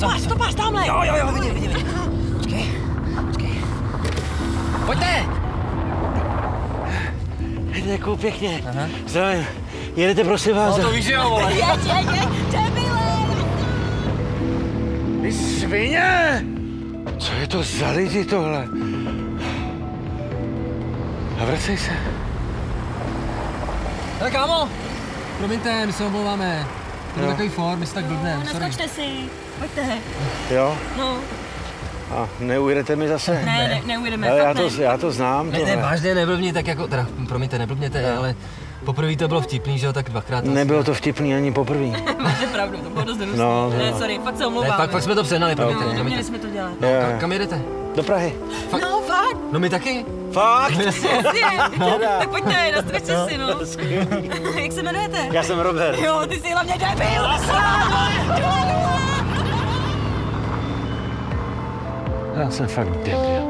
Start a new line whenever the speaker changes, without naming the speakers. Tomáš, Tomáš, tamhle!
Jo, jo, jo, vidím, vidím. vidím. Počkej, počkej. Pojďte!
Děkuju jako pěkně.
Aha.
Zdravím. Jedete prosím vás.
No to víš, že jo, vole.
Jeď, jeď, jeď, debile!
Ty svině! Co je to za lidi tohle? A vracej se.
Tak kámo, promiňte, my se omlouváme. To je
Jo.
takový for, my se tak blbneme, sorry.
Naskočte si, pojďte,
Jo?
no.
A neujedete mi zase?
Ne, ne, neujedeme,
Ale já
fakt
to,
ne.
já to znám.
Ne, ne,
tohle.
vážně neblbni, tak jako, teda, promiňte, neblbněte, ale poprvé to bylo vtipný, že jo, tak dvakrát. to-
Nebylo to vtipný ani poprvé.
Máte pravdu, to bylo dost hnusný.
No,
ne,
no.
sorry, fakt se
Ne,
omlouvám.
pak, pak jsme to přehnali, promiňte,
No,
promiňte.
neměli jsme to dělat.
Ka- Kam jedete?
Do Prahy.
Fakt?
No, fakt,
No my taky.
Fakt?
si, no. tak pojďte, naskočte si, no. Jak se jmenujete?
Já jsem Robert.
Jo, ty jsi hlavně debil!
Já jsem fakt debil.